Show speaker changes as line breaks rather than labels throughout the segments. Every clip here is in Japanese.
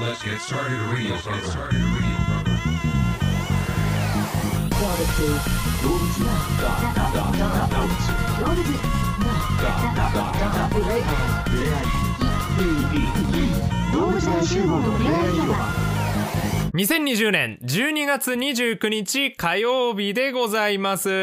Let's get started radio, brother. Get started radio, brother.
Doors
2020年12月29日火曜日でございます。
うん。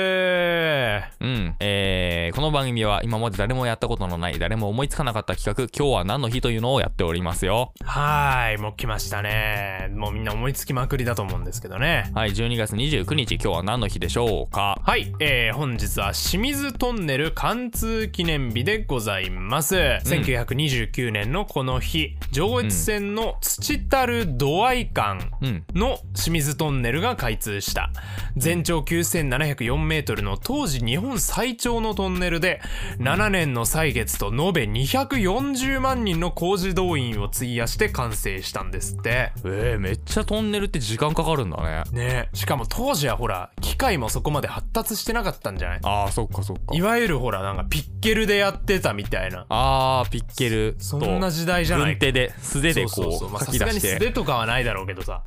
えー、この番組は今まで誰もやったことのない、誰も思いつかなかった企画、今日は何の日というのをやっておりますよ。
はーい、もう来ましたね。もうみんな思いつきまくりだと思うんですけどね。
はい、12月29日、今日は何の日でしょうか。
はい、えー、本日は清水トンネル貫通記念日でございます。1929年のこの日、上越線の土樽土合間
うん。
の清水トンネルが開通した全長9704メートルの当時日本最長のトンネルで7年の歳月と延べ240万人の工事動員を費やして完成したんですって
えー、めっちゃトンネルって時間かかるんだね。
ねえしかも当時はほら機械もそこまで発達してなかったんじゃない
あー、そっかそっか。
いわゆるほらなんかピッケルでやってたみたいな
あー、ピッケルと、
そんな時代じゃない
軍手で、素手でこ
そうそうそう
う、
まあ
書
さ
き
すが
出
に
し
素
て。
手とかはないだろうけどさ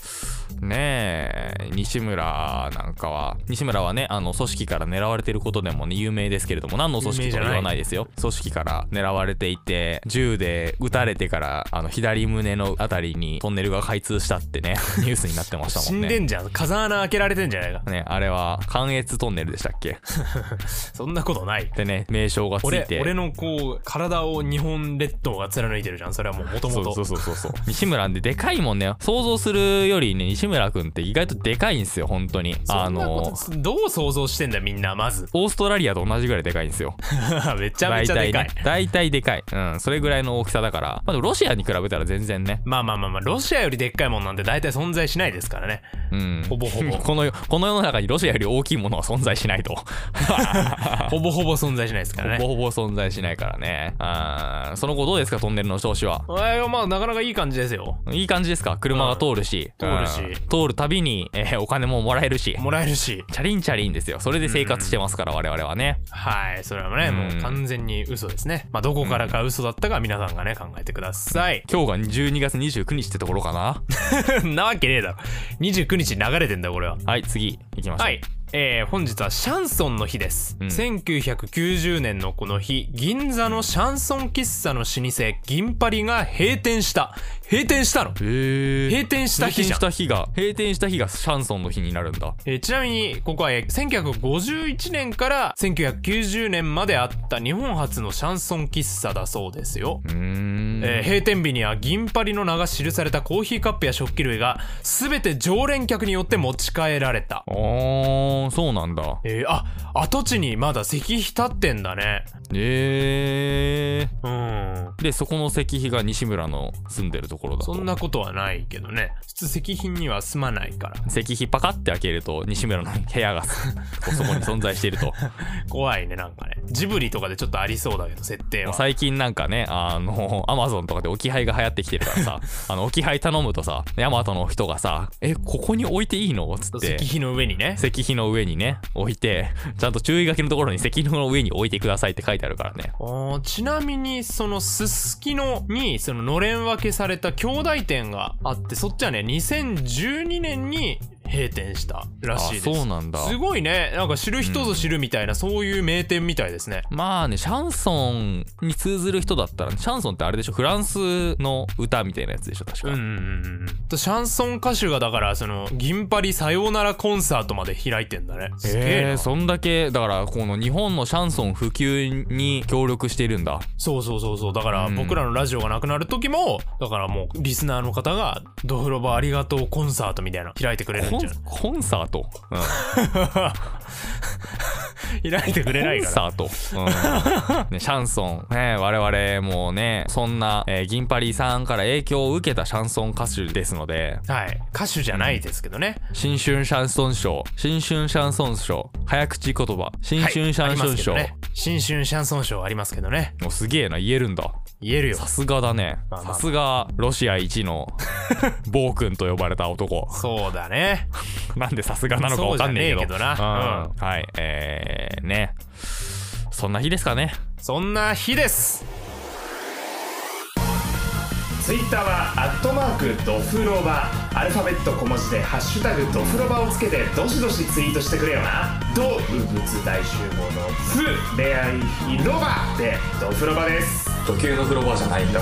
ねえ、西村なんかは、西村はね、あの、組織から狙われてることでもね、有名ですけれども、何の組織とは言わないですよ。組織から狙われていて、銃で撃たれてから、あの、左胸のあたりにトンネルが開通したってね、 ニュースになってました
死
もん
んで
ね。
んじゃん風穴開けられてんじゃないか
ね、あれは、関越トンネルでしたっけ
そんなことない
でね、名称がつい
俺
て。
俺のこう体を日本列島が貫いてるじゃんそれはもう元
そう
々
そうそうそうそう。西村んででかいもんね。想像するよりね、西村くんって意外とでかいんですよ、本当に。あ
そんなこと
の、
どう想像してんだよみんなまず
オーストラリアと同じぐらいでかいんですよ。
めちゃめちゃでかい、
大体ね大体でかい。うん。それぐらいの大きさだから。まあ、でもロシアに比べたら全然ね。
まあまあまあまあロシアよりでっかいもんなんて大体存在しないですからね
うん。
ほぼほ ぼ
この世、この世の中にロシアより大きいものは存在しな いと。ほ
ほぼほぼ存在しないですから
ぼ
ね
ほぼ存在しないからね。あーその後どうですか、トンネルの調子は。
えーまあなかなかいい感じですよ
いい感じですか車が通るし。
うん通るし
うん通るたびに、えーお金ももらえるし。
もらえるし
チャリンチャリンですよ。それで生活してますから、我々はね。
はいそれはね、
うん
もう完全に嘘ですねまあどこからか嘘だったか皆さんがね考えてください
今日が12月29日ってところかな。
なわけねえだろ29日流れてんだよこれは
はい、次、行きましょう。
はい。。えー本日はシャンソンの日です、
うん
1990年のこの日銀座のシャンソン喫茶の老舗銀パリが閉店した閉店したの
えー。
閉店した日じゃん
閉店した日が、閉店した日がシャンソンの日になるんだ。
えーちなみにここはえー1951年から1990年まであった日本初のシャンソン喫茶だそうですよ、
うーん。
えー閉店日には銀パリの名が記されたコーヒーカップや食器類が全て常連客によって持ち帰られた
ああ、そうなんだ。
えーあ跡地にまだ石碑立ってんだね
ええ
うん
で、そこの石碑が西村の住んでるところだと。
そんなことはないけどね普通石碑には住まないから
石碑パカって開けると、西村の部屋がこう そこに存在している と。
怖いねなんかねジブリとかでちょっとありそうだけど設定は
最近なんかね、あの、アマゾンとかで置き配が流行ってきてるからさ、あの、置き配頼むとさ、ヤマトの人がさ、え、ここに置いていいのつって
石。碑の上にね
石碑の上にね、置 いて、ちゃんと注意書きのところに石碑の上に置いてくださいって書いてあるからね。
あーちなみにそのすすきのにそののれん分けされた兄弟店があってそっちはね2012年に閉店したらしいです
あそうなんだ
すごいねなんか知る人ぞ知るみたいな、そういう名店みたいですね
まあね、シャンソンに通ずる人だったら、シャンソンってあれでしょフランスの歌みたいなやつでしょ確か。
うんうんうんうんシャンソン歌手がだからその銀パリさようならコンサートまで開いてんだねすげえ
え
な
ー、そんだけ、だから、この日本のシャンソン普及に協力しているんだ。
そうそうそうそうだから
うん
僕らのラジオがなくなる時もだからもうリスナーの方が「ドフロバありがとうコンサート」みたいなの開いてくれるん
コ
じ
ン
ゃな
コンサート。うん、
い開いてくれない
コン
か
サート。 うんね、シャンソン。ね、我々もね、そんな、えー銀パリさんから影響を受けたシャンソン歌手ですので、
らはい歌手じゃないですけどね、
新春シャンソン賞、新春シャンソン賞、早口言葉、新
はい
春シャンソン
あ
賞。
りますけどね新春シャンソン賞ありますけどね
もうすげえな、言えるんだ。
言えるよ
さすがだね
まあまあ
さすがロシア 一の暴君と呼ばれた男
そうだね
なんでさすがなのかわかんねえけど
そうじゃねえけどな
うんはいえー、ねそんな日ですかね
そんな日ですツイッターはアットマークドフロバアルファベット小文字で「ハッシュタグドフロバ」をつけてどしどしツイートしてくれよな動物大集合の「フ」恋愛広場でドフロバです
時計の風呂場じゃないんだ